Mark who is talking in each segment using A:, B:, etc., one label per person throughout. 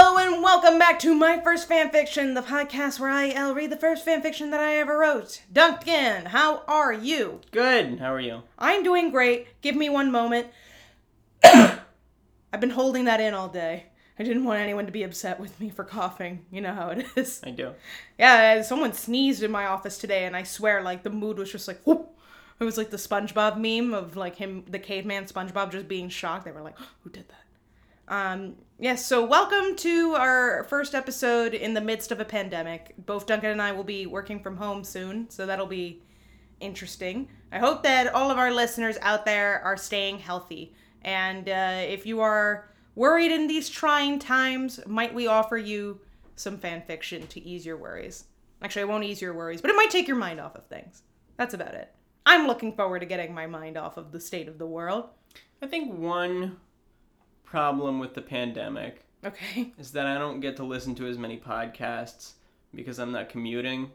A: welcome back to my first fan fiction, the podcast where I L read the first fan fiction that I ever wrote. Duncan, how are you?
B: Good. How are you?
A: I'm doing great. Give me one moment. I've been holding that in all day. I didn't want anyone to be upset with me for coughing. You know how it is.
B: I do.
A: Yeah, someone sneezed in my office today, and I swear, like, the mood was just like, whoop. It was like the SpongeBob meme of like him, the caveman SpongeBob, just being shocked. They were like, "Who did that?" Um, yes. So welcome to our first episode in the midst of a pandemic. Both Duncan and I will be working from home soon, so that'll be interesting. I hope that all of our listeners out there are staying healthy. And uh, if you are worried in these trying times, might we offer you some fan fiction to ease your worries? Actually, I won't ease your worries, but it might take your mind off of things. That's about it. I'm looking forward to getting my mind off of the state of the world.
B: I think one problem with the pandemic
A: Okay.
B: is that I don't get to listen to as many podcasts because I'm not commuting.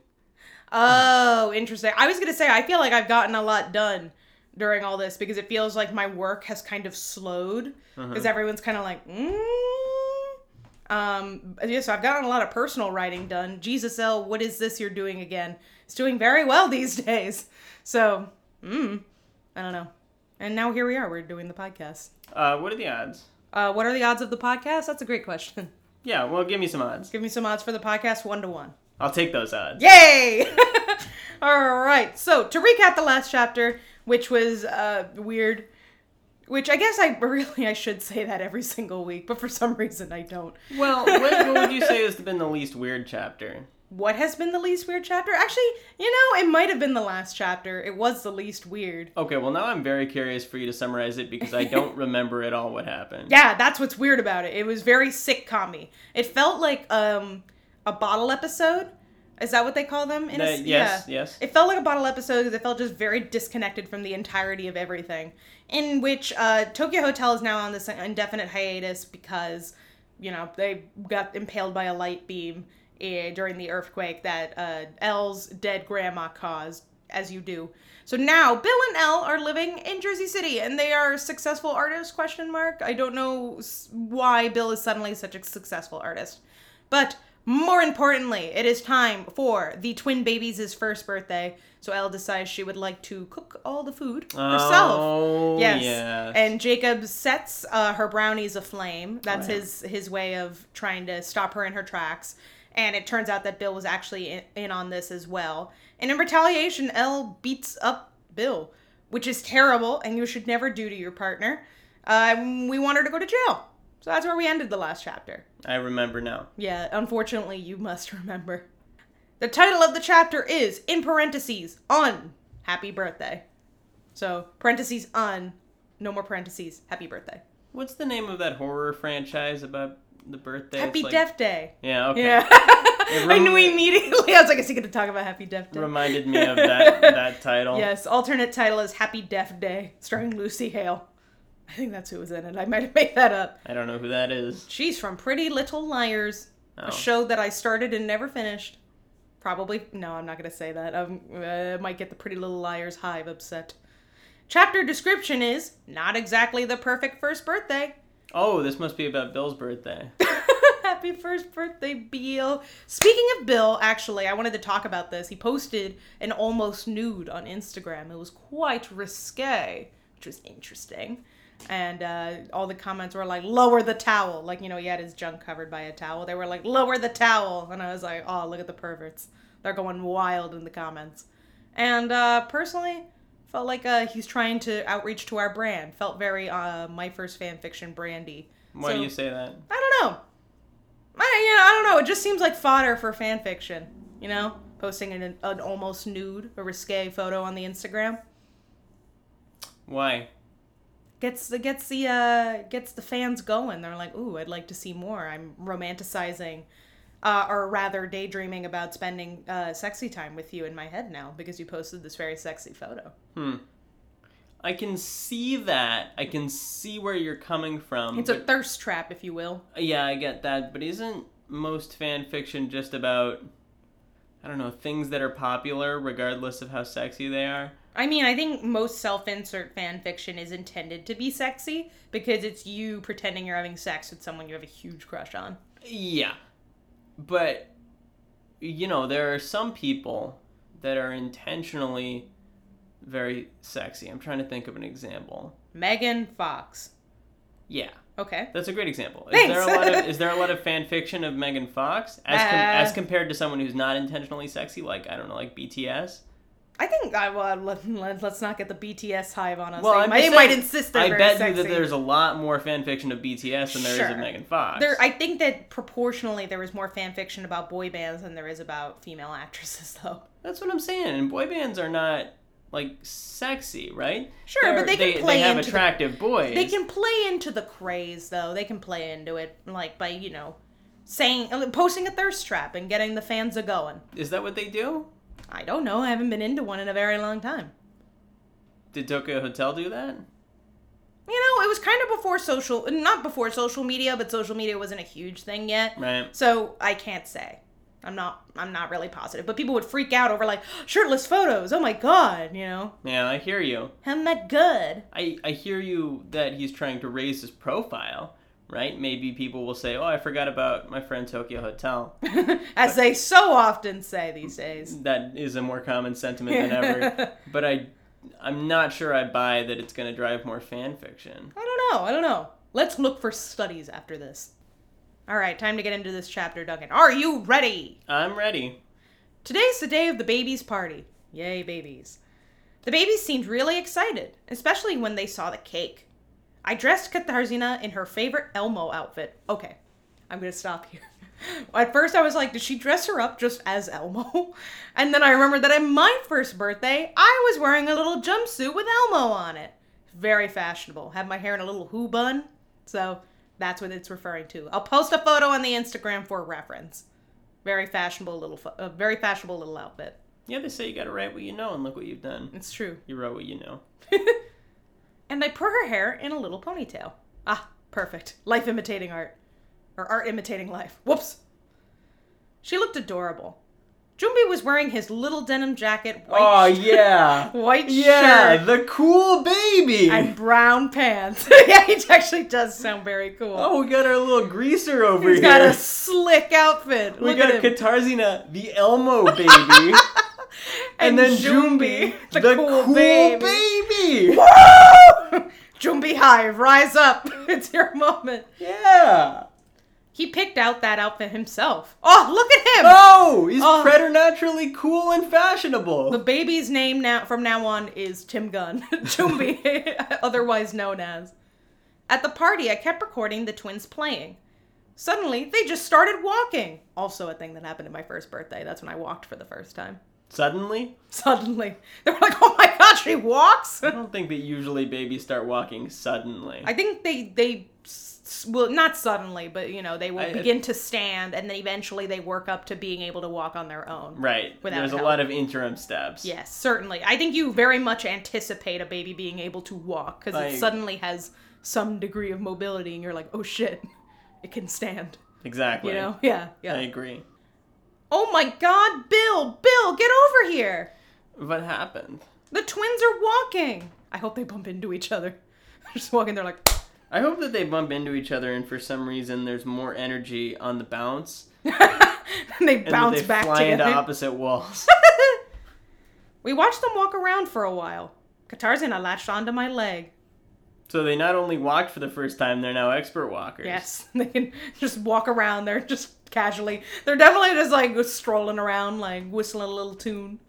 A: Oh, interesting. I was going to say, I feel like I've gotten a lot done during all this because it feels like my work has kind of slowed because everyone's kind of like, mm. Um, yeah, so I've gotten a lot of personal writing done. Jesus L, what is this you're doing again? It's doing very well these days. So, mm, I don't know. And now here we are. We're doing the podcast.
B: Uh, what are the odds?
A: Uh, what are the odds of the podcast? That's a great question.
B: Yeah, well, give me some odds.
A: Give me some odds for the podcast one to one.
B: I'll take those odds.
A: Yay! All right. So to recap the last chapter, which was uh, weird, which I guess I really I should say that every single week, but for some reason I don't.
B: Well, what, what would you say has been the least weird chapter?
A: What has been the least weird chapter? Actually, you know, it might have been the last chapter. It was the least weird.
B: Okay, well, now I'm very curious for you to summarize it because I don't remember at all what happened.
A: Yeah, that's what's weird about it. It was very sitcom-y. It felt like um a bottle episode. Is that what they call them? In a
B: Uh,
A: s-
B: yes, yes.
A: It felt like a bottle episode because it felt just very disconnected from the entirety of everything. In which uh, Tokyo Hotel is now on this indefinite hiatus because, you know, they got impaled by a light beam eh, during the earthquake that uh, Elle's dead grandma caused, as you do. So now Bill and Elle are living in Jersey City and they are successful artists? Question mark. I don't know s- why Bill is suddenly such a successful artist. But more importantly, it is time for the twin babies' first birthday. So Elle decides she would like to cook all the food herself.
B: Oh,
A: yes.
B: yes.
A: And Jacob sets uh, her brownies aflame. That's
B: Oh, yeah.
A: his his way of trying to stop her in her tracks. And it turns out that Bill was actually in, in on this as well. And in retaliation, Elle beats up Bill, which is terrible and you should never do to your partner. Um, we want her to go to jail. So that's where we ended the last chapter.
B: I remember now.
A: Yeah, unfortunately, you must remember. The title of the chapter is, in parentheses, on happy birthday. So, parentheses on, no more parentheses, happy birthday.
B: What's the name of that horror franchise about the birthday? It's
A: happy
B: like-
A: Death Day.
B: Yeah, okay.
A: Yeah. I knew immediately. I was like, is he going to talk about Happy Death Day?
B: reminded me of that that title.
A: Yes, alternate title is Happy Death Day, starring Lucy Hale. I think that's who was in it. I might have made that up.
B: I don't know who that is.
A: She's from Pretty Little Liars,
B: Oh.
A: a show that I started and never finished. Probably no, I'm not gonna say that. Um, uh, might get the Pretty Little Liars hive upset. Chapter description is not exactly the perfect first birthday.
B: Oh, this must be about Bill's birthday.
A: Happy first birthday, Bill. Speaking of Bill, actually, I wanted to talk about this. He posted an almost nude on Instagram. It was quite risque, which was interesting. And uh, all the comments were like, lower the towel. Like, you know, he had his junk covered by a towel. They were like, lower the towel. And I was like, oh, look at the perverts. They're going wild in the comments. And uh, personally, felt like uh, he's trying to outreach to our brand. Felt very uh, my first fan fiction brandy.
B: Why
A: So-
B: do you say that?
A: I don't know. I, you know, I don't know. It just seems like fodder for fan fiction, you know? Posting an, an almost nude, a risque photo on the Instagram
B: Why?
A: gets the gets the uh, gets the fans going. They're like, "Ooh, I'd like to see more." I'm romanticizing, uh, or rather, daydreaming about spending uh, sexy time with you in my head now because you posted this very sexy photo.
B: Hmm. I can see that. I can see where you're coming from.
A: It's a thirst trap, if you will.
B: but- yeah, I get that. But isn't most fan fiction just about I don't know things that are popular, regardless of how sexy they are?
A: I mean, I think most self-insert fan fiction is intended to be sexy because it's you pretending you're having sex with someone you have a huge crush on.
B: Yeah. but you know there are some people that are intentionally very sexy i'm trying to think of an example
A: Megan Fox.
B: yeah
A: Okay.
B: that's a great example is
A: Thanks.
B: there a lot of is there a lot of fan fiction of megan fox as, com-
A: Uh.
B: as compared to someone who's not intentionally sexy like i don't know like bts
A: I think I well, let, let, let's not get the BTS hive on us.
B: Well,
A: they
B: I'm
A: might,
B: just
A: they might
B: saying,
A: insist they're
B: i
A: very
B: bet
A: sexy.
B: you that there's a lot more fan fiction of bts than there is
A: Sure.
B: of megan fox
A: there, I think that proportionally there is more fan fiction about boy bands than there is about female actresses, though.
B: That's what I'm saying. And boy bands are not like sexy, right?
A: Sure, but they can
B: they,
A: play
B: have
A: into the-
B: attractive boys.
A: They can play into the craze, though. They can play into it, like by you know, saying posting a thirst trap and getting the fans a going.
B: Is that what they do?
A: I don't know. I haven't been into one in a very long time.
B: Did Tokyo Hotel do that?
A: You know, it was kind of before social, not before social media, but social media wasn't a huge thing yet.
B: Right.
A: So I can't say. I'm not. I'm not really positive. But people would freak out over like shirtless photos. Oh my god, you know,
B: Yeah, I hear you.
A: I'm that good.
B: I, I hear you that he's trying to raise his profile, right? Maybe people will say, Oh, I forgot about my friend Tokyo Hotel.
A: As they so often say these days.
B: That is a more common sentiment than ever. But I I'm not sure I buy that it's gonna drive more fan fiction.
A: I don't know. I don't know. Let's look for studies after this. All right, time to get into this chapter, Duncan. Are you ready?
B: I'm ready.
A: Today's the day of the babies' party. Yay, babies. The babies seemed really excited, especially when they saw the cake. I dressed Katharzina in her favorite Elmo outfit. Okay, I'm gonna stop here. At first, I was like, did she dress her up just as Elmo? And then I remembered that on my first birthday, I was wearing a little jumpsuit with Elmo on it. Very fashionable. Had my hair in a little who bun. So that's what it's referring to. I'll post a photo on the Instagram for reference. Very fashionable little, fo- uh, very fashionable little outfit.
B: Yeah, they say you gotta write what you know and look what you've done.
A: It's true.
B: You wrote what you know.
A: and I put her hair in a little ponytail. Ah, perfect. Life imitating art. Or art imitating life. Whoops. She looked adorable. Jumbi was wearing his little denim jacket,
B: Oh
A: white,
B: yeah.
A: white
B: Yeah,
A: shirt,
B: the cool baby.
A: and brown pants. yeah, he actually does sound very cool.
B: oh, we got our little greaser over
A: He's
B: here.
A: got a slick outfit.
B: we
A: Look
B: got
A: at him.
B: Katarzina, the Elmo baby, and then Jumbi,
A: the, cool, baby.
B: baby.
A: Woo! Jumbi Hive, rise up. It's your moment.
B: Yeah.
A: He picked out that outfit himself. Oh, look at him!
B: Oh, he's
A: Oh.
B: preternaturally cool and fashionable.
A: The baby's name now from now on is Tim Gunn, Jumbi, otherwise known as. At the party, I kept recording the twins playing. Suddenly, they just started walking. Also, a thing that happened at my first birthday. That's when I walked for the first time.
B: Suddenly,
A: Suddenly, they were like, "Oh my god, she walks!"
B: I don't think that usually babies start walking suddenly.
A: I think they they s- s- will not suddenly, but you know, they will
B: I- I-
A: begin to stand, and then eventually they work up to being able to walk on their own.
B: right.
A: Without
B: There's a
A: help.
B: lot of interim steps.
A: Yes, certainly. I think you very much anticipate a baby being able to walk because
B: Like-
A: it suddenly has some degree of mobility, and you're like, oh shit, it can stand.
B: Exactly.
A: You know? Yeah, yeah.
B: I agree.
A: oh my god, Bill, Bill, get over here!
B: What happened?
A: The twins are walking! I hope they bump into each other. They're just walking, they're like,
B: I hope that they bump into each other and for some reason there's more energy on the bounce
A: and they
B: and
A: bounce
B: that they
A: back
B: fly
A: together.
B: into opposite walls.
A: we watched them walk around for a while. Katarzina latched onto my leg.
B: so they not only walked for the first time, they're now expert walkers.
A: Yes, they can just walk around. They're just casually. They're definitely just like strolling around, like whistling a little tune.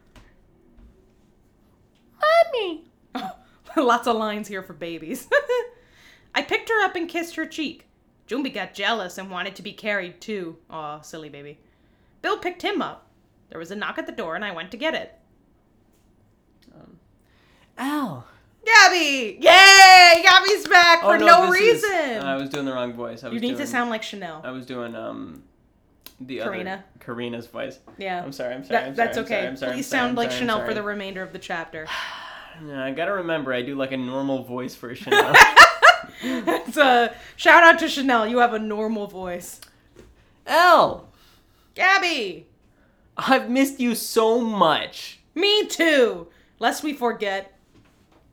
A: Mommy. Lots of lines here for babies. I picked her up and kissed her cheek. Jumbi got jealous and wanted to be carried too. Aw, silly baby. Bill picked him up. There was a knock at the door and I went to get it.
B: Ow.
A: Gabby! Yay! Gabby's back for no,
B: Oh, this is- uh,
A: reason!
B: I was doing the wrong voice. I was
A: you need to
B: doing-
A: sound like Chanel.
B: I was doing um the
A: Karina.
B: other Karina's voice.
A: yeah.
B: I'm sorry. I'm sorry.
A: That,
B: I'm
A: that's
B: sorry,
A: okay.
B: I'm sorry, I'm sorry, I'm
A: Please
B: sorry,
A: sound
B: I'm
A: like
B: sorry, I'm
A: Chanel
B: sorry.
A: for the remainder of the chapter.
B: Yeah, I gotta remember. I do like a normal voice for Chanel.
A: it's a shout out to Chanel. You have a normal voice.
B: L.
A: Gabby,
B: I've missed you so much.
A: me too. Lest we forget,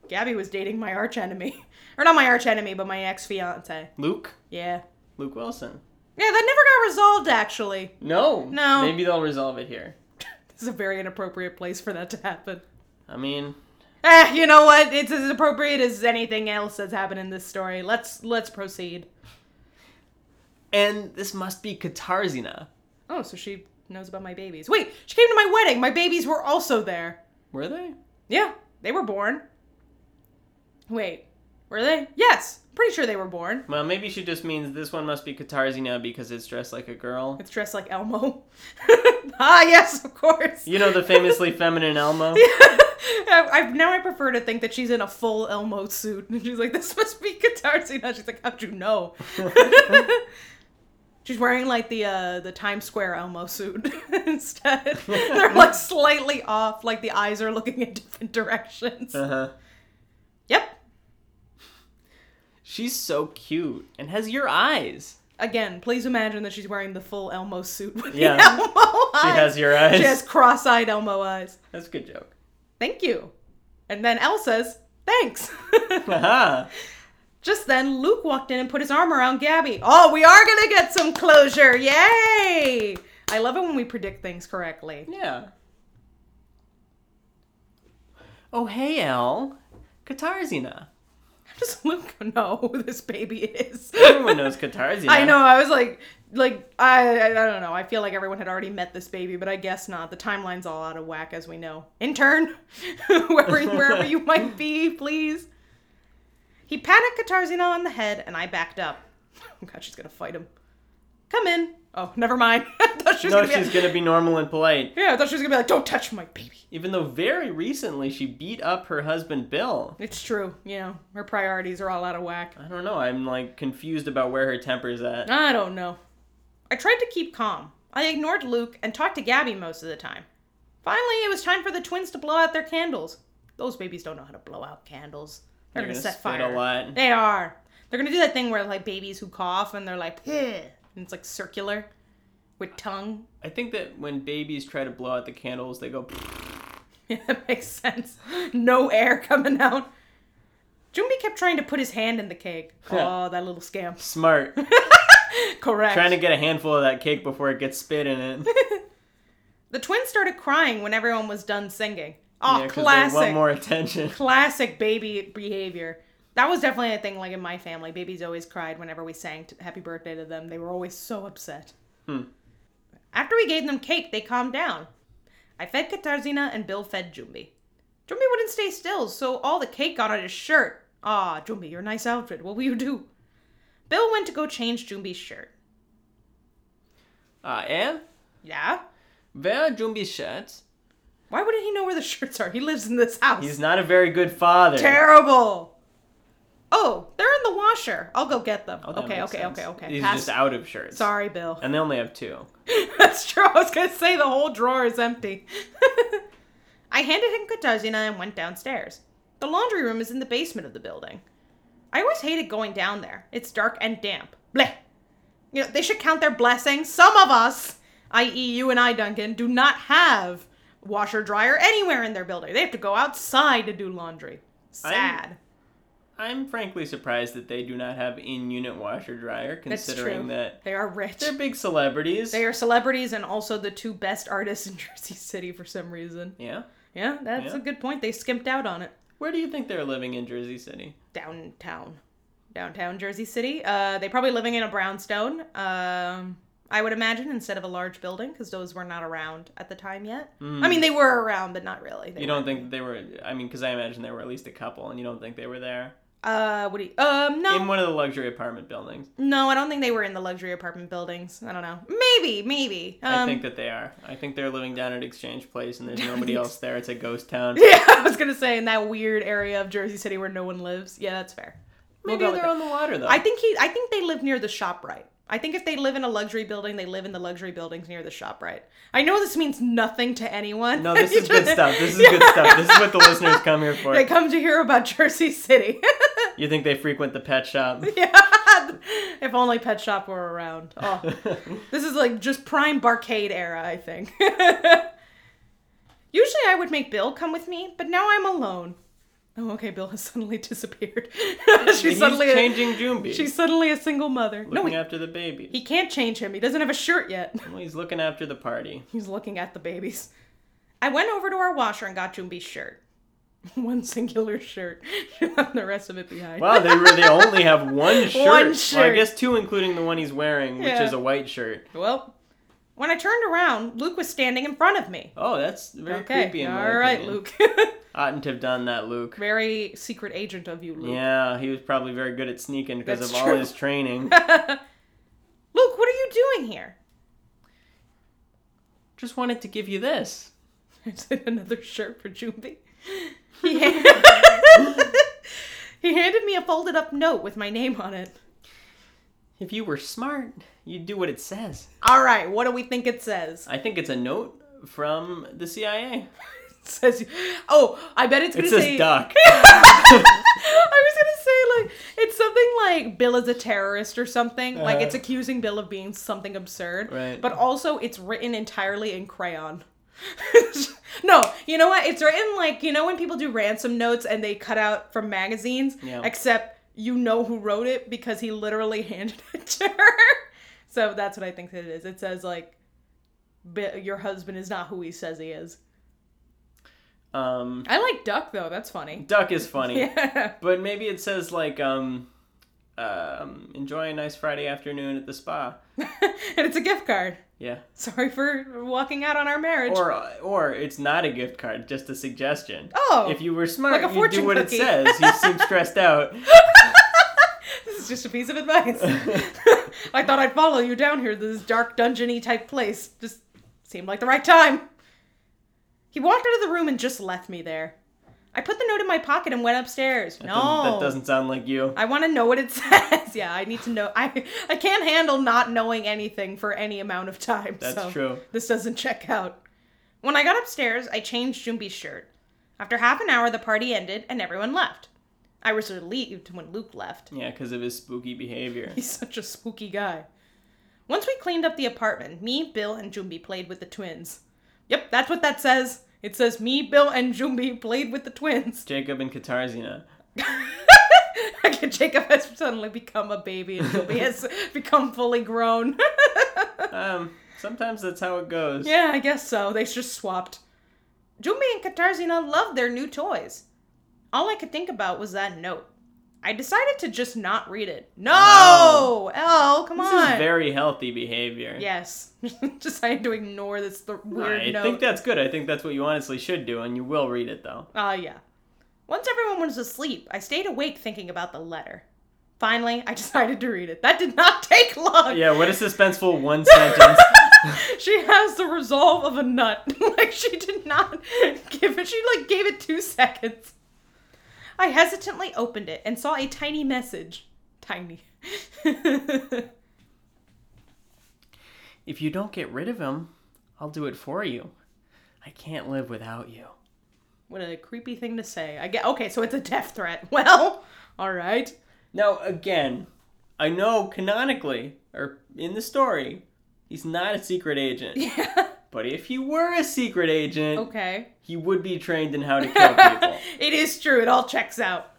A: Gabby was dating my arch enemy, or not my arch enemy, but my ex fiance.
B: Luke.
A: Yeah,
B: Luke Wilson.
A: Yeah, that never got resolved, actually.
B: No.
A: No.
B: Maybe they'll resolve it here.
A: This is a very inappropriate place for that to happen.
B: I mean,
A: Eh, you know what? It's as appropriate as anything else that's happened in this story. Let's let's proceed.
B: and this must be Katarzina.
A: Oh, so she knows about my babies. Wait, she came to my wedding. My babies were also there.
B: Were they?
A: Yeah, they were born. Wait, were they? Yes, pretty sure they were born.
B: Well, maybe she just means this one must be Katarzina because it's dressed like a girl.
A: It's dressed like Elmo. ah, yes, of course.
B: You know the famously feminine Elmo?
A: I, I now I prefer to think that she's in a full Elmo suit, and she's like, "This must be Katarzyna." She's like, "How'd you know?" she's wearing like the uh, the Times Square Elmo suit instead. They're like slightly off, like the eyes are looking in different directions.
B: Uh-huh.
A: Yep.
B: She's so cute and has your eyes.
A: Again, please imagine that she's wearing the full Elmo suit with
B: Yeah.
A: the Elmo eyes.
B: She has your eyes.
A: She has cross-eyed Elmo eyes.
B: That's a good joke.
A: Thank you. And then Elle says, "Thanks."
B: Haha.
A: Just then, Luke walked in and put his arm around Gabby. Oh, we are gonna get some closure! Yay! I love it when we predict things correctly.
B: Yeah. Oh, hey, Elle. Katarzina.
A: How does Luke know who this baby is?
B: Everyone knows Katarzina.
A: I know. I was like, like I, I, I don't know. I feel like everyone had already met this baby, but I guess not. The timeline's all out of whack, as we know. Intern, wherever wherever you might be, please. He patted Katarzyna on the head, and I backed up. Oh God, she's gonna fight him. Come in. Oh, never mind. I thought she was
B: No,
A: gonna be
B: she's going to be normal and polite.
A: Yeah, I thought she was gonna be like, "Don't touch my baby."
B: Even though very recently she beat up her husband, Bill.
A: It's true. You know, her priorities are all out of whack.
B: I don't know. I'm, like, confused about where her temper's at.
A: I don't know. I tried to keep calm. I ignored Luke and talked to Gabby most of the time. Finally, it was time for the twins to blow out their candles. Those babies don't know how to blow out candles. They're,
B: They're
A: gonna,
B: gonna
A: set
B: spit
A: fire.
B: a lot.
A: They are. They're gonna do that thing where like babies who cough and they're like, "Ugh," and it's like circular, with tongue.
B: I think that when babies try to blow out the candles, they go.
A: Yeah, that makes sense. No air coming out. Jumbi kept trying to put his hand in the cake.
B: Yeah.
A: Oh, that little scamp.
B: Smart.
A: Correct.
B: Trying to get a handful of that cake before it gets spit in it.
A: The twins started crying when everyone was done singing. Oh,
B: Yeah, 'cause They
A: classic.
B: want more attention.
A: Classic baby behavior. That was definitely a thing like in my family. Babies always cried whenever we sang t- happy birthday to them. They were always so upset.
B: Hmm.
A: After we gave them cake, they calmed down. I fed Katarzyna and Bill fed Jumbi. Jumbi wouldn't stay still, so all the cake got on his shirt. Ah, Jumbi, your nice outfit. What will you do? Bill went to go change Jumbi's shirt.
B: Uh, eh?
A: Yeah?
B: Where are Jumbi's shirts?
A: Why wouldn't he know where the shirts are? He lives in this house.
B: He's not a very good father.
A: Terrible. Oh, they're in the washer. I'll go get them.
B: Oh, that
A: okay,
B: makes
A: okay,
B: sense.
A: okay, okay,
B: He's
A: Pass-
B: just out of shirts.
A: Sorry, Bill.
B: And they only have two.
A: That's true. I was gonna say the whole drawer is empty. I handed him Katarzyna and went downstairs. The laundry room is in the basement of the building. I always hated going down there. It's dark and damp. Bleh. You know, they should count their blessings. Some of us, i.e., you and I, Duncan, do not have washer dryer anywhere in their building. They have to go outside to do laundry.
B: I'm-
A: Sad.
B: I'm frankly surprised that they do not have in unit washer dryer,
A: That's true.
B: considering that
A: they are rich.
B: they're big celebrities.
A: They are celebrities and also the two best artists in Jersey City for some reason.
B: Yeah.
A: Yeah, that's
B: Yeah.
A: a good point. They skimped out on it.
B: Where do you think they're living in Jersey City?
A: Downtown. Downtown Jersey City. Uh, they probably living in a brownstone. Um, I would imagine instead of a large building because those were not around at the time yet. I mean, they were around, but not really. They
B: Hmm. You don't think that they were? I mean, because I imagine there were at least a couple, and you don't think they were there
A: Uh, what do you? Um, no,
B: in one of the luxury apartment buildings.
A: no, I don't think they were in the luxury apartment buildings. I don't know. Maybe, maybe. Um,
B: I think that they are. I think they're living down at Exchange Place, and there's nobody else there. It's a ghost town.
A: Yeah, I was gonna say in that weird area of Jersey City where no one lives. Yeah, that's fair. We'll
B: Maybe
A: go with
B: they're
A: that.
B: on the water though.
A: I think he. I think they live near the shop right. I think if they live in a luxury building, they live in the luxury buildings near the shop right. I know this means nothing to anyone.
B: No, this is good stuff. This is good stuff. This is what the listeners come here for.
A: They come to hear about Jersey City.
B: You think they frequent the pet shop?
A: yeah. If only Pet Shop were around. Oh. This is like just prime barcade era, I think. Usually I would make Bill come with me, but now I'm alone. Oh, okay. Bill has suddenly disappeared.
B: He's
A: she's suddenly
B: changing Junbi.
A: she's suddenly a single mother.
B: looking
A: no, he,
B: after the baby.
A: he can't change him. He doesn't have a shirt yet.
B: well, he's looking after the party.
A: He's looking at the babies. I went over to our washer and got Jumbi's shirt. One singular shirt. the rest of it behind.
B: Wow, they really only have one shirt. Well, I
A: shirt.
B: guess two, including the one he's wearing, which
A: Yeah.
B: is a white shirt.
A: Well, when I turned around, Luke was standing in front of me.
B: Oh, that's very
A: okay.
B: creepy. In my
A: All right,
B: opinion.
A: Luke.
B: Oughtn't to have done that, Luke.
A: Very secret agent of you, Luke.
B: Yeah, he was probably very good at sneaking because
A: That's
B: of all
A: true.
B: his training.
A: Luke, what are you doing here?
B: Just wanted to give you this.
A: I said another shirt for Jumbi. He, hand- he handed me a folded up note with my name on it.
B: If you were smart, you'd do what it says.
A: All right, what do we think it says?
B: I think it's a note from the CIA.
A: It says, oh, I bet it's
B: It
A: gonna
B: says
A: say.
B: duck.
A: I was gonna say like it's something like Bill is a terrorist or something. Like
B: Uh-huh.
A: it's accusing Bill of being something absurd.
B: Right.
A: But also it's written entirely in crayon. no, you know what? It's written like you know when people do ransom notes and they cut out from magazines.
B: Yeah.
A: Except you know who wrote it because he literally handed it to her. So that's what I think that it is. It says like, "Bi- "Your husband is not who he says he is."
B: Um,
A: I like duck though. That's funny.
B: duck is funny.
A: Yeah.
B: But maybe it says like um, um, enjoy a nice Friday afternoon at the spa.
A: and it's a gift card.
B: Yeah.
A: Sorry for walking out on our marriage.
B: Or or it's not a gift card, just a suggestion.
A: Oh.
B: If you were smart,
A: Like a
B: you'd do
A: fortune
B: what
A: cookie.
B: it says. You seem stressed out.
A: this is just a piece of advice. I thought I'd follow you down here to this dark dungeony type place. Just seemed like the right time. He walked out of the room and just left me there. I put the note in my pocket and went upstairs.
B: That
A: no.
B: doesn't- that doesn't sound like you.
A: I want to know what it says. yeah, I need to know. I I can't handle not knowing anything for any amount of time.
B: That's
A: so
B: true.
A: This doesn't check out. When I got upstairs, I changed Jumbi's shirt. After half an hour, the party ended and everyone left. I was relieved when Luke left.
B: Yeah, because of his spooky behavior.
A: He's such a spooky guy. Once we cleaned up the apartment, me, Bill, and Jumbi played with the twins. Yep, that's what that says. It says me, Bill, and Jumbi played with the twins.
B: Jacob and Katarzina.
A: Jacob has suddenly become a baby and Jumbi has become fully grown.
B: Um, sometimes that's how it goes.
A: yeah, I guess so. They just swapped. Jumbi and Katarzina loved their new toys. All I could think about was that note. I decided to just not read it. No! El, come
B: Oh. This
A: on.
B: is very healthy behavior.
A: Yes. Decided to ignore this th- weird
B: I
A: note.
B: think that's good. I think that's what you honestly should do, and you will read it though.
A: Ah, yeah. Once everyone was asleep, I stayed awake thinking about the letter. Finally, I decided to read it. That did not take long.
B: Yeah, what a suspenseful one sentence.
A: She has the resolve of a nut. like she did not give it. She like gave it 2 seconds. I hesitantly opened it and saw a tiny message. Tiny.
B: If you don't get rid of him, I'll do it for you. I can't live without you.
A: what a creepy thing to say. I get Okay, so it's a death threat. Well, all right.
B: Now, again, I know canonically, or in the story, he's not a secret agent.
A: Yeah. Oh.
B: But if he were a secret agent,
A: Okay.
B: he would be trained in how to kill people.
A: it is true. It all checks out.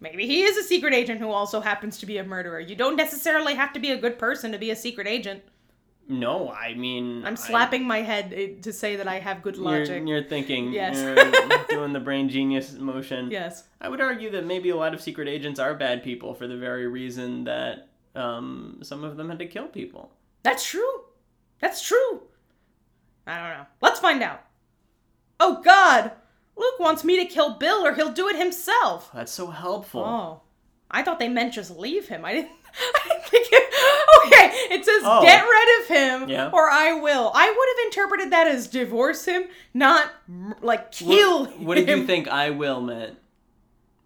A: Maybe he is a secret agent who also happens to be a murderer. You don't necessarily have to be a good person to be a secret agent.
B: no, I mean. I-
A: I'm slapping my head eh, to say that I have good
B: You're,
A: logic.
B: you're thinking.
A: Yes.
B: You're doing the brain genius motion.
A: Yes.
B: I would argue that maybe a lot of secret agents are bad people for the very reason that um, some of them had to kill people.
A: That's true. That's true. I don't know. Let's find out. Oh, God! Luke wants me to kill Bill or he'll do it himself.
B: That's so helpful.
A: Oh. I thought they meant just leave him. I didn't. I didn't think it. Okay, it says
B: Oh.
A: get rid of him
B: Yeah.
A: or I will. I would have interpreted that as divorce him, not m- like
B: What-
A: kill
B: What,
A: him.
B: did you think I will meant?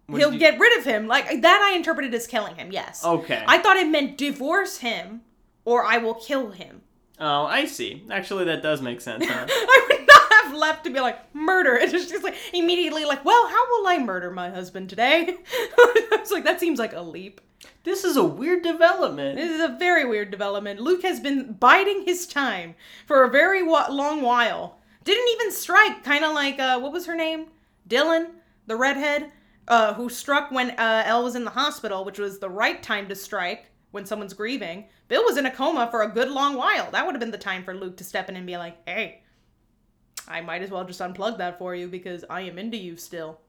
B: What
A: He'll
B: did you- Oh.
A: get rid of him. Like that, I interpreted as killing him. Yes.
B: Okay.
A: I thought it meant divorce him or I will kill him.
B: Oh, I see. Actually, that does make sense. Huh?
A: I would not have left to be like murder. And she's like immediately like, well, how will I murder my husband today? I was like, that seems like a leap.
B: this is a weird development.
A: This is a very weird development. Luke has been biding his time for a very wa- long while. Didn't even strike, kind of like, uh, what was her name? Dylan, the redhead. uh, who struck when uh, Elle was in the hospital, which was the right time to strike when someone's grieving. Bill was in a coma for a good long while. That would have been the time for Luke to step in and be like, hey, I might as well just unplug that for you because I am into you still.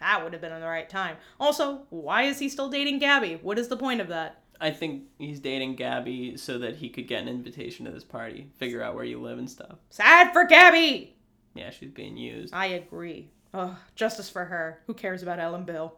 A: That would have been the right time. Also, why is he still dating Gabby? What is the point of that?
B: I think he's dating Gabby so that he could get an invitation to this party, figure out where you live and stuff.
A: Sad for Gabby!
B: Yeah, she's being used.
A: I agree. Ugh, justice for her. Who cares about Ellen Bill?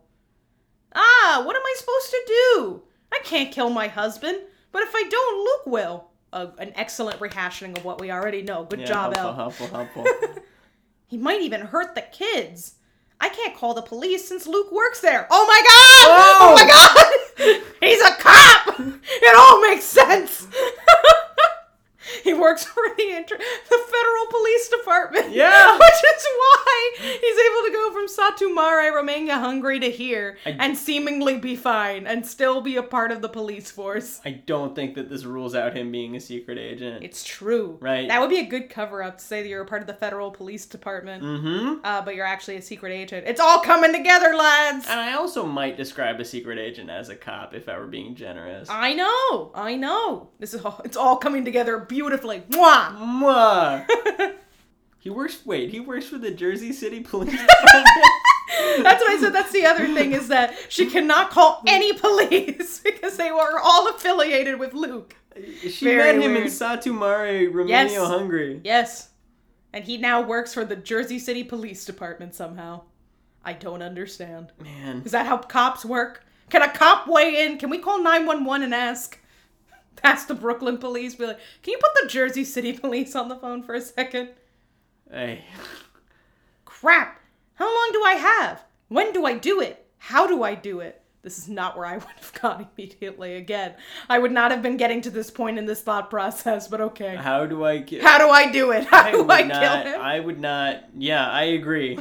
A: Ah, what am I supposed to do? I can't kill my husband, but if I don't, Luke will. Uh, an excellent rehashing of what we already know. Good
B: yeah, uh-huh.
A: job,
B: helpful,
A: Elle.
B: helpful, helpful,
A: He might even hurt the kids. I can't call the police since Luke works there. Oh my god! Oh,
B: Oh!
A: my god! He's a cop! It all makes sense! he works for the, inter- the federal police department.
B: Yeah.
A: Which is why he's able to go from Satumare, Romania, Hungary to here
B: I-
A: and seemingly be fine and still be a part of the police force.
B: I don't think that this rules out him being a secret agent.
A: It's true.
B: Right.
A: That would be a good cover up to say that you're a part of the federal police department.
B: Mm-hmm.
A: uh, but you're actually a secret agent. It's all coming together, lads.
B: And I also might describe a secret agent as a cop if I were being generous.
A: I know, I know. This is all, it's all coming together beautifully. Mwah!
B: Mwah. he works. Wait, he works for the Jersey City Police Department.
A: That's what I said. That's the other thing is that she cannot call any police because they were all affiliated with Luke.
B: she
A: Very
B: met him in
A: weird.
B: Satumare, Romania,
A: Yes.
B: Hungary.
A: Yes, and he now works for the Jersey City Police Department somehow. I don't understand.
B: Man,
A: Is that how cops work? Can a cop weigh in? Can we call 911 and ask? Ask the Brooklyn police, be like, can you put the Jersey City police on the phone for a second?
B: hey,
A: Crap! How long do I have? When do I do it? How do I do it? This is not where I would have gone immediately again. I would not have been getting to this point in this thought process, but okay.
B: how do I get?
A: How do I do it? How do
B: would
A: I
B: not,
A: kill him?
B: I would not. Yeah, I agree.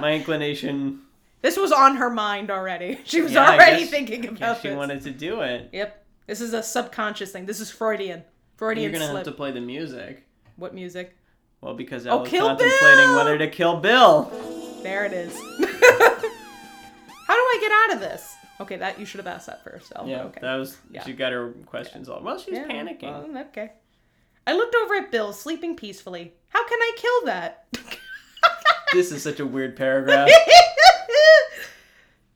B: My inclination.
A: This was on her mind already. She was
B: Yeah, I
A: already
B: guess-
A: thinking
B: I guess
A: about
B: she
A: this.
B: wanted to do it.
A: Yep. This is a subconscious thing. This is Freudian.
B: You're
A: Freudian
B: gonna have
A: slip.
B: to play the music.
A: What music?
B: Well, because I was
A: Oh, kill
B: contemplating
A: Bill!
B: whether to kill Bill.
A: There it is. How do I get out of this? Okay, that you should have asked that first. Elva.
B: Yeah,
A: okay.
B: that was.
A: Yeah.
B: She got her questions all. Well, she was
A: Yeah, Uh.
B: panicking.
A: well, okay. I looked over at Bill, sleeping peacefully. How can I kill that?
B: this is such a weird paragraph.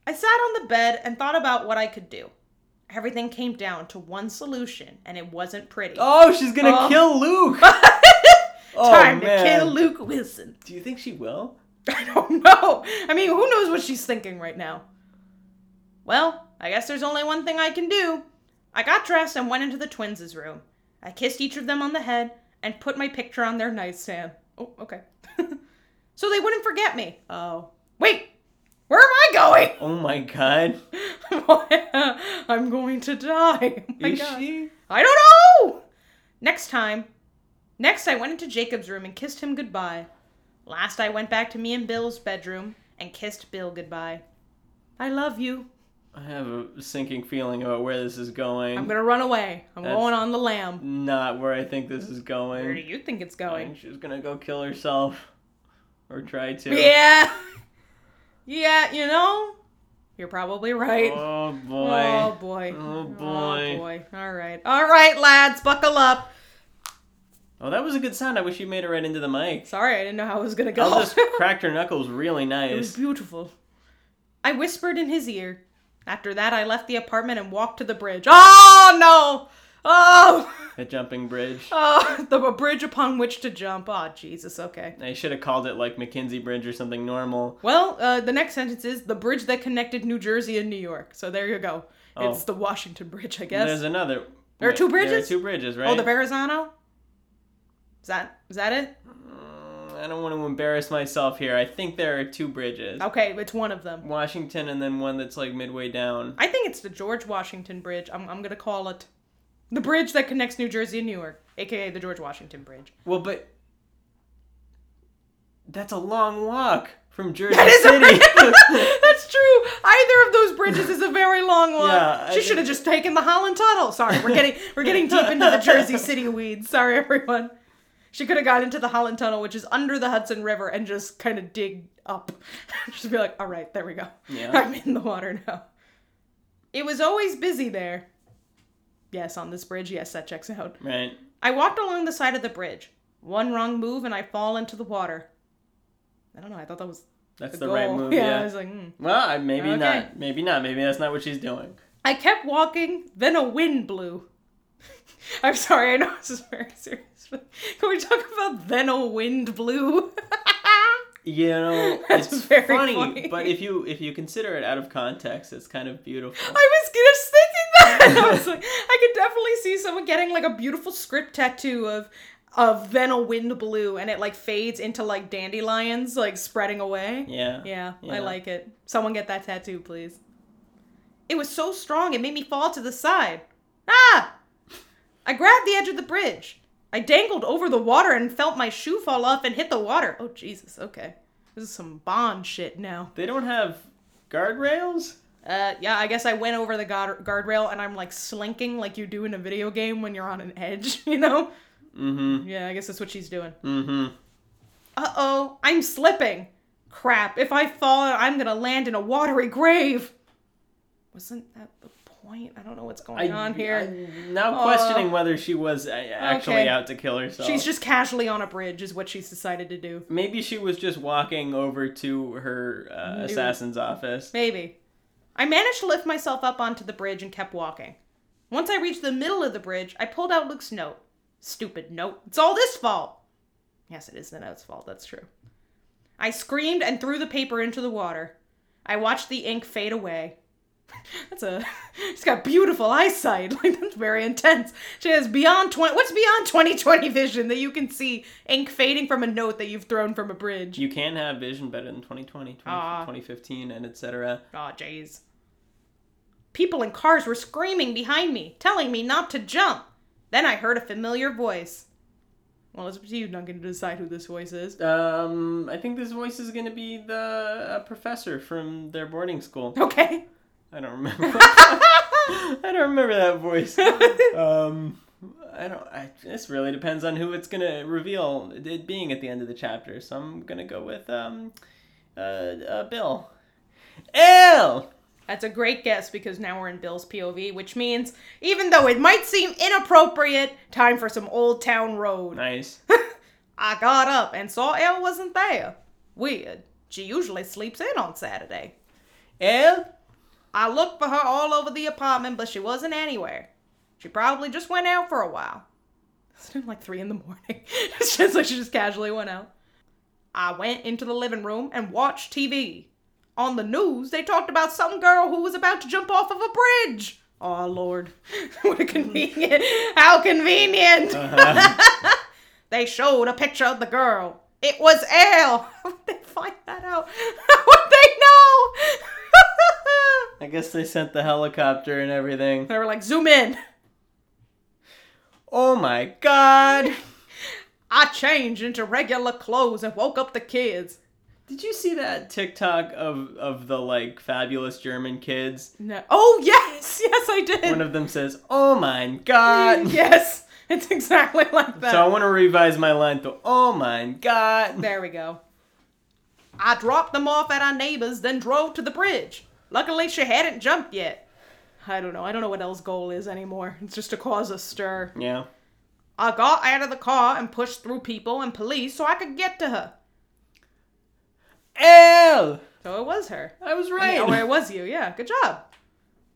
A: I sat on the bed and thought about what I could do. Everything came down to one solution, and it wasn't pretty.
B: Oh, she's gonna
A: Oh.
B: kill Luke. oh,
A: Time to
B: man.
A: kill Luke Wilson.
B: Do you think she will?
A: I don't know. I mean, who knows what she's thinking right now? Well, I guess there's only one thing I can do. I got dressed and went into the twins' room. I kissed each of them on the head and put my picture on their nightstand. Oh, okay. so they wouldn't forget me. Oh. Wait! Where am I going?
B: Oh my god.
A: I'm going to die. Oh my
B: is
A: God.
B: she?
A: I don't know! Next time. Next, I went into Jacob's room and kissed him goodbye. Last, I went back to me and Bill's bedroom and kissed Bill goodbye. I love you.
B: I have a sinking feeling about where this is going.
A: I'm gonna run away. I'm
B: That's-
A: going on the lamb.
B: Not where I think this is
A: Where do
B: going.
A: you think it's
B: I think
A: going?
B: she's gonna go kill herself. Or try to.
A: Yeah! Yeah, you know? You're probably right.
B: Oh
A: Oh
B: boy.
A: boy.
B: Oh, boy.
A: Oh boy. Alright. Alright, lads, buckle up.
B: Oh, that was a good sound. I wish you made it right into the mic.
A: Sorry, I didn't know how I was gonna go.
B: Elle just cracked her knuckles really
A: It was
B: nice.
A: beautiful. I whispered in his ear. After that, I left the apartment and walked to the bridge. Oh no! Oh,
B: That jumping bridge.
A: oh the bridge upon which to jump. Oh Jesus. Okay.
B: I should have called it like McKinsey Bridge or something normal.
A: Well, uh, the next sentence is the bridge that connected New Jersey and New York. So there you go.
B: Oh.
A: It's the Washington Bridge, I
B: There's
A: guess.
B: another.
A: There are
B: wait,
A: two
B: There are
A: bridges?
B: two bridges, right?
A: Oh, the Verrazano. Is that is that it?
B: Mm, I don't want to embarrass myself here. I think there are two bridges.
A: Okay, it's one of them.
B: Washington and then one that's like midway down.
A: I think it's the George Washington Bridge. I'm I'm gonna call it the bridge that connects New Jersey and New York, aka the George Washington Bridge.
B: Well, but that's a long walk from Jersey
A: That is
B: City.
A: a, That's true. Either of those bridges is a very long one.
B: Yeah, I
A: she should have just taken the Holland Tunnel. Sorry, we're getting we're getting deep into the Jersey City weeds. Sorry, everyone. She could have gone into the Holland Tunnel, which is under the Hudson River, and just kind of dig up. She'd be like, all right, there we go.
B: Yeah.
A: I'm in the water now. It was always busy there. Yes, on this bridge. Yes, that checks out.
B: Right.
A: I walked along the side of the bridge. One wrong move and I fall into the water. I don't know. I thought that was
B: That's
A: the
B: the right
A: goal.
B: move.
A: I
B: Yeah.
A: was like, hmm.
B: Well, I- maybe
A: Okay.
B: not. Maybe not. Maybe that's not what she's doing.
A: I kept walking. Then a wind blew. I'm sorry. I know this is very serious, but can we talk about then a wind blew?
B: You know,
A: That's
B: it's
A: very
B: funny,
A: funny.
B: but if you if you consider it out of context, it's kind of beautiful.
A: I was just thinking that. I was like, I could definitely see someone getting like a beautiful script tattoo of of then a wind blew, and it like fades into like dandelions like spreading away.
B: Yeah.
A: Yeah, I
B: Yeah.
A: like it. Someone get that tattoo, please. It was so strong, it made me fall to the side. Ah! I grabbed the edge of the bridge. I dangled over the water and felt my shoe fall off and hit the water. Oh, Jesus, okay. This is some Bond shit now.
B: They don't have guardrails.
A: Uh, yeah, I guess I went over the guard- guardrail and I'm like slinking like you do in a video game when you're on an edge, you know?
B: Mm-hmm.
A: Yeah, I guess that's what she's doing.
B: Mm-hmm.
A: Uh oh, I'm slipping. Crap, if I fall, I'm gonna land in a watery grave. Wasn't that the point? I don't know what's going on here. Oh.
B: I'm now questioning whether she was uh, actually
A: Okay.
B: out to kill herself.
A: she's just casually on a bridge, is what she's decided to do.
B: Maybe she was just walking over to her uh, assassin's office.
A: Maybe. I managed to lift myself up onto the bridge and kept walking. Once I reached the middle of the bridge, I pulled out Luke's note. Stupid note. It's all this fault. Yes, it is the note's fault. That's true. I screamed and threw the paper into the water. I watched the ink fade away. That's a. She's got beautiful eyesight. Like that's very intense. She has beyond twenty. What's beyond twenty twenty vision that you can see ink fading from a note that you've thrown from a bridge?
B: You can have vision better than 2020, 20,
A: Aw.
B: 2015, and etc.
A: Aw, jeez. People in cars were screaming behind me, telling me not to jump. Then I heard a familiar voice. Well, it's up to you, Duncan, to decide who this voice is.
B: Um, I think this voice is going to be the uh, professor from their boarding school.
A: Okay.
B: I don't remember. I don't remember that voice. Um, I don't. I, this really depends on who it's gonna reveal it being at the end of the chapter. So I'm gonna go with um, uh, uh Bill. L.
A: That's a great guess because now we're in Bill's POV, which means even though it might seem inappropriate, time for some old town road.
B: Nice.
A: I got up and saw Elle wasn't there. Weird. She usually sleeps in on Saturday.
B: L.
A: I looked for her all over the apartment, but she wasn't anywhere. She probably just went out for a while. It's been like three in the morning. It's just like she just casually went out. I went into the living room and watched TV. On the news, they talked about some girl who was about to jump off of a bridge. Oh, Lord. what a convenient. How convenient. They showed a picture of the girl. It was Elle. How would they find that out? How would they know?
B: I guess they sent the helicopter and everything.
A: They were like, zoom in.
B: Oh my God!
A: I changed into regular clothes and woke up the kids.
B: Did you see that TikTok of of the like fabulous German kids?
A: No. Oh, yes. Yes, I did.
B: One of them says, "Oh my God."
A: yes. It's exactly like that.
B: So I want to revise my line to "Oh my God."
A: there we go. I dropped them off at our neighbor's, then drove to the bridge. Luckily, she hadn't jumped yet. I don't know. I don't know what Elle's goal is anymore. It's just to cause a stir.
B: Yeah.
A: I got out of the car and pushed through people and police so I could get to her.
B: L.
A: So it was her.
B: I was
A: Oh, I
B: right.
A: mean, or it was you, yeah. Good job.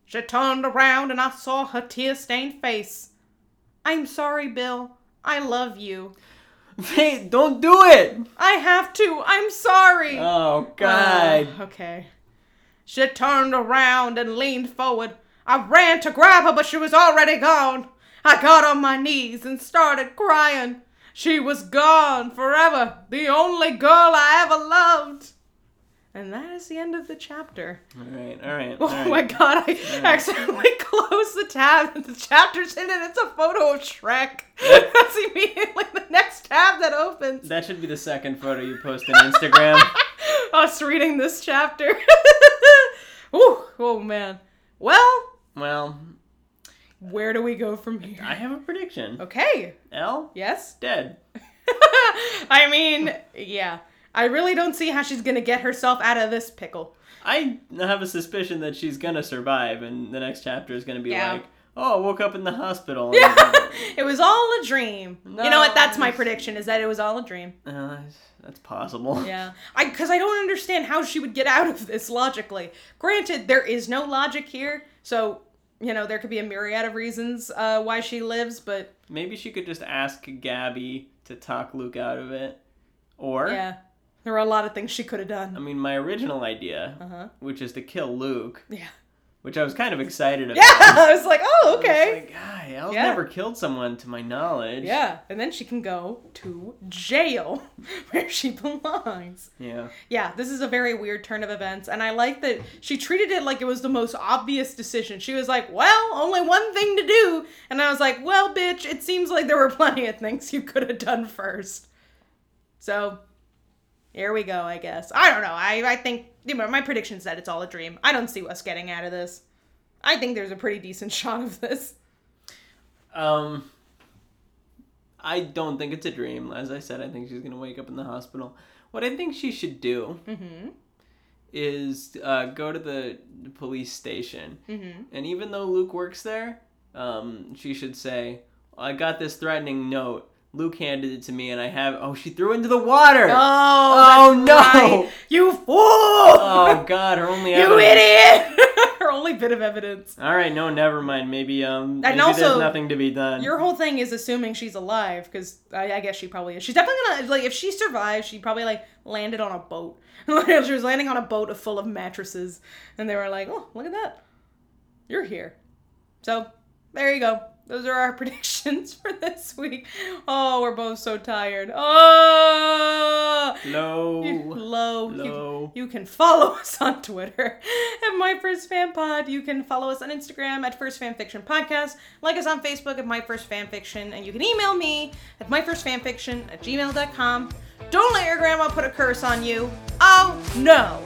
A: She turned around and I saw her tear stained face. I'm sorry, Bill. I love you.
B: Hey, don't do it.
A: I have to. I'm sorry.
B: Oh God.
A: Uh, okay. She turned around and leaned forward. I ran to grab her, but she was already gone. I got on my knees and started crying. She was gone forever, the only girl I ever loved. And that is the end of the chapter.
B: all right. All right. All
A: Oh
B: right.
A: my god, I accidentally closed the tab and the chapter's in it. It's a photo of Shrek. That's immediately the next tab that opens.
B: That should be the second photo you post on Instagram.
A: Us reading this chapter. Ooh, oh man. Well,
B: well,
A: where do we go from here?
B: I have a prediction.
A: Okay.
B: L
A: Yes?
B: dead.
A: I mean, yeah. I really don't see how she's gonna get herself out of this pickle.
B: I have a suspicion that she's gonna survive, and the next chapter is gonna be
A: Yeah.
B: like, "Oh, I woke up in the hospital." and- Mm-hmm.
A: It was all a dream. You know what? That's my
B: Nice.
A: prediction. Is that it was all a dream.
B: Uh, that's possible.
A: Yeah. I because I don't understand how she would get out of this logically. Granted, there is no logic here, so you know there could be a myriad of reasons uh, why she lives, but
B: Maybe she could just ask Gabby to talk Luke out of it, or
A: yeah, there are a lot of things she could have
B: I
A: done.
B: mean, my original idea,
A: Uh huh.
B: which is to kill Luke,
A: Yeah.
B: which I was kind of excited about.
A: Yeah. I was like, oh,
B: I was
A: okay.
B: like, "Ah, Al's
A: Yeah.
B: never killed someone to my knowledge.
A: Yeah, and then she can go to jail where she belongs.
B: Yeah.
A: Yeah, this is a very weird turn of events, and I like that she treated it like it was the most obvious decision. She was like, Well, only one thing to do. And I was like, Well, bitch, it seems like there were plenty of things you could have done first. So here we go, I guess. I don't know. I, I think you know, my prediction's that it's all a dream. I don't see us getting out of this. I think there's a pretty decent shot of this.
B: Um, I don't think it's a dream. As I said, I think she's gonna wake up in the hospital. What I think she should do
A: Mm-hmm,
B: is uh, go to the police station,
A: Mm-hmm.
B: and even though Luke works there, um, she should say, "I got this threatening note. Luke handed it to me, and I have." Oh, she threw it into the water.
A: Oh,
B: Oh,
A: that's
B: no.
A: right. You fool!
B: Oh, God, her only.
A: you
B: evidence-
A: idiot! Her only bit of evidence.
B: All right, no, never mind. Maybe um, maybe there's
A: also,
B: nothing to be done.
A: Your whole thing is assuming she's alive, because I, I guess she probably is. She's definitely gonna like if she survives, she probably like landed on a boat. she was landing on a boat full of mattresses, and they were like, "Oh, look at that, you're here." So there you go. Those are our predictions for this week. Oh, we're both so tired. Oh,
B: Low,
A: low, you-
B: low.
A: you can follow us on Twitter at My First Fan Pod. You can follow us on Instagram at First Fan Fiction Podcast. Like us on Facebook at My First Fan Fiction. And you can email me at MyFirstFanFiction at gmail.com. Don't let your grandma put a curse on you. Oh no.